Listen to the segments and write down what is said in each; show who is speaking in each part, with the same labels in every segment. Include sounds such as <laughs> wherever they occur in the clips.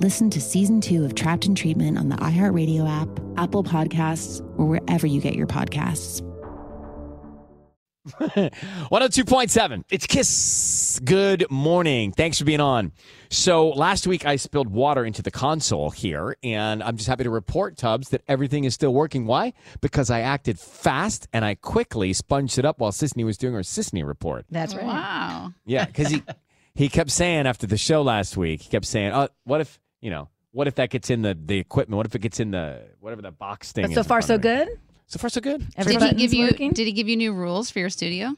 Speaker 1: Listen to season two of Trapped in Treatment on the iHeartRadio app, Apple Podcasts, or wherever you get your podcasts.
Speaker 2: 102.7. It's Kiss. Good morning. Thanks for being on. So, last week I spilled water into the console here, and I'm just happy to report, Tubbs, that everything is still working. Why? Because I acted fast and I quickly sponged it up while Sisney was doing her Sisney report.
Speaker 3: That's right. Wow.
Speaker 2: Yeah,
Speaker 3: <laughs>
Speaker 2: because he, he kept saying after the show last week, he kept saying, oh, what if, you know, what if that gets in the the equipment? What if it gets in the whatever the box thing?
Speaker 3: But
Speaker 2: is
Speaker 3: so
Speaker 2: in
Speaker 3: far,
Speaker 2: front
Speaker 3: so
Speaker 2: of it?
Speaker 3: good.
Speaker 2: So far, so good.
Speaker 3: Every
Speaker 4: did he
Speaker 3: button's
Speaker 4: give you?
Speaker 3: working?
Speaker 4: Did he give you new rules for your studio?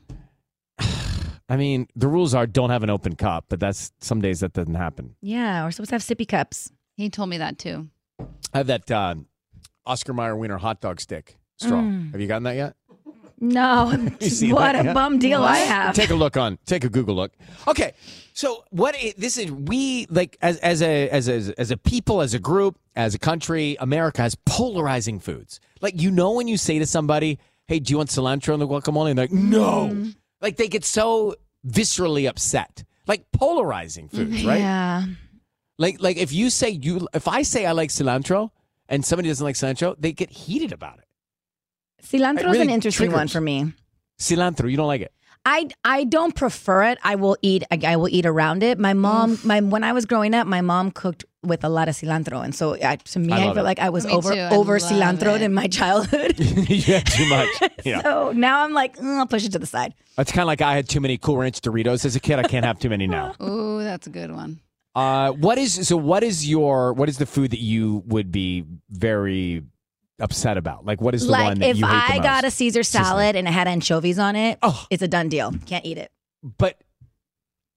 Speaker 2: I mean, the rules are don't have an open cup, but that's some days that doesn't happen.
Speaker 3: Yeah, we're supposed to have sippy cups.
Speaker 4: He told me that too.
Speaker 2: I have that uh, Oscar Mayer wiener hot dog stick straw.
Speaker 3: Mm.
Speaker 2: Have you gotten that yet?
Speaker 3: No,
Speaker 2: <laughs>
Speaker 3: <laughs>
Speaker 2: You see
Speaker 3: what
Speaker 2: that,
Speaker 3: a
Speaker 2: yeah?
Speaker 3: bum deal I have.
Speaker 2: Take a look on. Take a Google look. Okay, so what i- this is we like as as a as a, as a people, as a group, as a country, America has polarizing foods. Like you know when you say to somebody, "Hey, do you want cilantro in the guacamole?" and they're like, "No,"
Speaker 3: Mm.
Speaker 2: like they get so viscerally upset. Like polarizing foods, right?
Speaker 3: Yeah,
Speaker 2: Like like if you say you if I say I like cilantro and somebody doesn't like cilantro, they get heated about it.
Speaker 3: cilantro's
Speaker 2: really
Speaker 3: an interesting one
Speaker 2: triggers.
Speaker 3: for me.
Speaker 2: Cilantro, you don't like it. <laughs>
Speaker 3: I I don't prefer it. I will eat. I, I will eat around it. My mom, my when I was growing up, my mom cooked with a lot of cilantro, and so I, to me,
Speaker 2: I
Speaker 3: I,
Speaker 2: love
Speaker 3: feel
Speaker 2: it.
Speaker 3: like I was
Speaker 4: Me
Speaker 3: over
Speaker 4: too. I
Speaker 3: over
Speaker 4: love
Speaker 3: cilantroed
Speaker 4: it.
Speaker 3: in my <laughs> childhood.
Speaker 2: you had too
Speaker 3: <laughs>
Speaker 2: much. Yeah.
Speaker 3: so now I'm like, "Mm, I'll push it to the side.
Speaker 2: That's kind of like I had too many Cool Ranch Doritos as a kid. I can't have too
Speaker 3: <laughs>
Speaker 2: many now.
Speaker 4: Ooh, that's a good one.
Speaker 2: Uh, what is so? What is your what is the food that you would be very upset about? Like, what is the one
Speaker 3: Like
Speaker 2: that
Speaker 3: if
Speaker 2: you hate the
Speaker 3: I got a
Speaker 2: most?
Speaker 3: Caesar salad and it had anchovies on it,
Speaker 2: Oh.
Speaker 3: it's a done deal. Can't eat it.
Speaker 2: but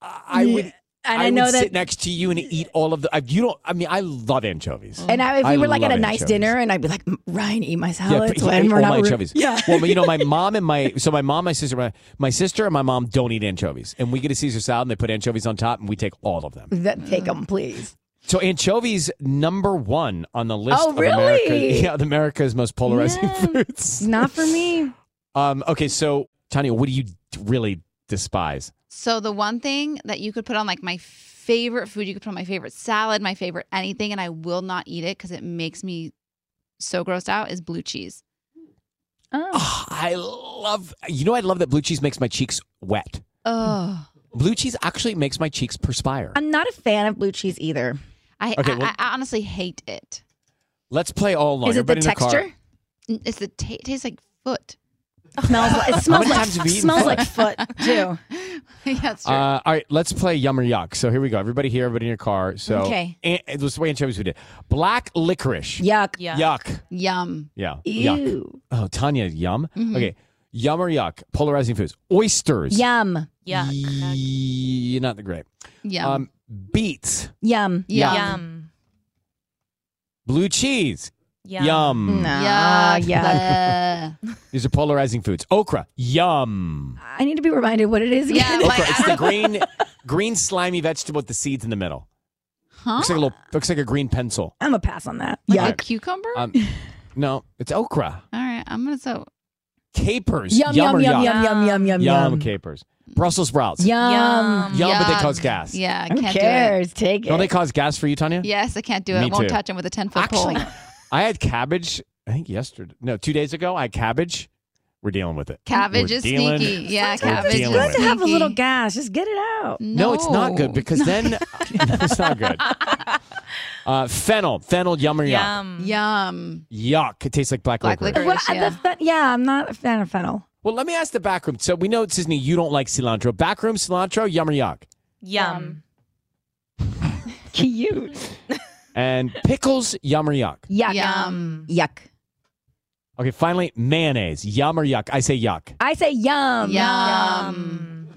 Speaker 2: I I would.
Speaker 3: And
Speaker 2: I,
Speaker 3: I, know
Speaker 2: would
Speaker 3: that
Speaker 2: sit next to you and eat all of the. I, you don't. I mean, I love anchovies.
Speaker 3: And I, if
Speaker 2: I
Speaker 3: we were like at a
Speaker 2: love
Speaker 3: nice
Speaker 2: anchovies.
Speaker 3: dinner, and I'd be like, "M- Ryan, eat my
Speaker 2: Yeah,
Speaker 3: salad.
Speaker 2: but I ate all my anchovies.
Speaker 3: Yeah.
Speaker 2: Well, but you know, my mom and my so my mom, my sister, my, my sister and my mom don't eat anchovies, and we get a Caesar salad and they put anchovies on top, and we take all of them.
Speaker 3: That, take them, please.
Speaker 2: So anchovies number one on the list
Speaker 3: Oh,
Speaker 2: of America,
Speaker 3: really?
Speaker 2: yeah, of America's most polarizing
Speaker 3: Yeah.
Speaker 2: foods.
Speaker 3: Not for me.
Speaker 2: <laughs> Um, okay, so Tanya, what do you d- really despise?
Speaker 4: So the one thing that you could put on like my favorite food, you could put on my favorite salad, my favorite anything, and I will not eat it because it makes me so grossed out is blue cheese.
Speaker 3: Oh.
Speaker 2: Ah, I love you know I love that blue cheese makes my cheeks wet.
Speaker 4: Oh,
Speaker 2: Blue cheese actually makes my cheeks perspire.
Speaker 3: I'm not a fan of blue cheese
Speaker 2: <laughs>
Speaker 3: either.
Speaker 4: I,
Speaker 2: Okay,
Speaker 4: I,
Speaker 2: well-
Speaker 4: I honestly hate it.
Speaker 2: Let's play all along.
Speaker 3: Is it the
Speaker 2: Everybody in the car-
Speaker 3: texture?
Speaker 4: It's the ta- it tastes like foot.
Speaker 3: smells like it
Speaker 2: How
Speaker 3: smells
Speaker 2: many
Speaker 3: like
Speaker 2: times have you eaten
Speaker 3: smells like
Speaker 2: foot?
Speaker 3: foot too.
Speaker 4: yeah, it's
Speaker 2: Uh, all right, let's play Yum or Yuck. So here we go. Everybody here, everybody in your car. So
Speaker 4: Okay.
Speaker 2: and, and let's wait and show us who did. Black licorice.
Speaker 3: Yuck.
Speaker 2: Yuck.
Speaker 4: Yum.
Speaker 2: Yeah.
Speaker 3: Ew. Mm-hmm.
Speaker 2: Yuck. Oh, Tanya, yum.
Speaker 4: Mhm.
Speaker 2: Okay. Yum or yuck? Polarizing foods. Oysters.
Speaker 3: Yum.
Speaker 2: Ye- not the great.
Speaker 3: Yum.
Speaker 2: Um, beets.
Speaker 3: Yum.
Speaker 2: Yum. Yum. Blue cheese.
Speaker 3: Yum.
Speaker 2: Yum.
Speaker 3: Nah,
Speaker 4: Yuck.
Speaker 3: yuck.
Speaker 2: These are polarizing foods. Okra. Yum.
Speaker 3: I need to be reminded what it is again.
Speaker 2: Okra.
Speaker 3: <laughs>
Speaker 2: It's the green, green slimy vegetable with the seeds in the middle.
Speaker 3: Huh?
Speaker 2: Looks like a little. Looks like a green pencil.
Speaker 3: I'm gonna pass on that.
Speaker 2: Like a
Speaker 3: yuck.
Speaker 4: cucumber?
Speaker 2: Um, no, it's okra.
Speaker 4: All right, I'm gonna so
Speaker 2: Capers.
Speaker 3: Yum, yum,
Speaker 2: or
Speaker 3: yum,
Speaker 2: yuck?
Speaker 3: yum, yum, yum,
Speaker 2: Yum,
Speaker 3: yum.
Speaker 2: capers. Brussels sprouts.
Speaker 3: Yum.
Speaker 2: Yum, but they cause gas.
Speaker 4: Yeah, I
Speaker 3: Who
Speaker 4: can't
Speaker 3: cares?
Speaker 4: do it.
Speaker 3: Take it.
Speaker 2: Don't they cause gas for you, Tanya?
Speaker 4: Yes, I can't do it.
Speaker 2: Me
Speaker 4: I won't
Speaker 2: too.
Speaker 4: touch him with a ten foot pole.
Speaker 2: I had cabbage, I think yesterday. No, two days ago, I had cabbage. We're dealing with it.
Speaker 4: Cabbage
Speaker 2: We're
Speaker 4: is
Speaker 2: dealing-
Speaker 4: sneaky. Yeah,
Speaker 2: we're
Speaker 4: cabbage is
Speaker 2: dealing with
Speaker 4: good
Speaker 2: it.
Speaker 4: to have
Speaker 3: a little gas. Just get it out.
Speaker 2: No, it's not good because
Speaker 3: <laughs>
Speaker 2: then <laughs> it's not good. Uh, fennel. Fennel, yum or yuck.
Speaker 3: Mm.
Speaker 4: Yum.
Speaker 2: Yuck. It tastes like black,
Speaker 4: Black
Speaker 2: licorice.
Speaker 4: licorice.
Speaker 3: Well, I-
Speaker 4: yeah.
Speaker 3: that's not- yeah, I'm not a fan of fennel.
Speaker 2: Well, let me ask the backroom. So we know, Sisney, you don't like cilantro. Backroom cilantro, yum or yuck?
Speaker 3: Yum. <laughs> Cute.
Speaker 2: And pickles, yum or yuck?
Speaker 3: Yuck.
Speaker 4: Yum.
Speaker 3: Yuck.
Speaker 2: Okay, finally, mayonnaise, yum or yuck? I say yuck.
Speaker 3: I say yum.
Speaker 4: Yum.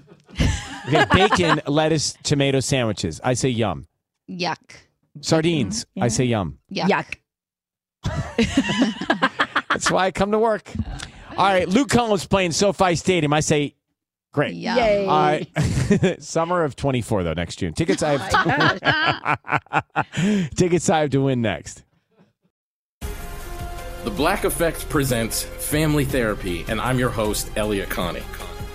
Speaker 2: Okay, bacon, <laughs> lettuce, tomato sandwiches. I say yum.
Speaker 4: Yuck.
Speaker 2: Sardines. I say yum.
Speaker 4: Yuck.
Speaker 2: That's why I come to work. All right, Luke Combs playing SoFi Stadium. I say great.
Speaker 4: Yum. Yay.
Speaker 2: All right. <laughs> Summer of 24 though next June. Tickets I
Speaker 3: Oh
Speaker 2: have <laughs> Tickets I have to win next.
Speaker 5: The Black Effect presents Family Therapy, and I'm your host, Elliot Connie.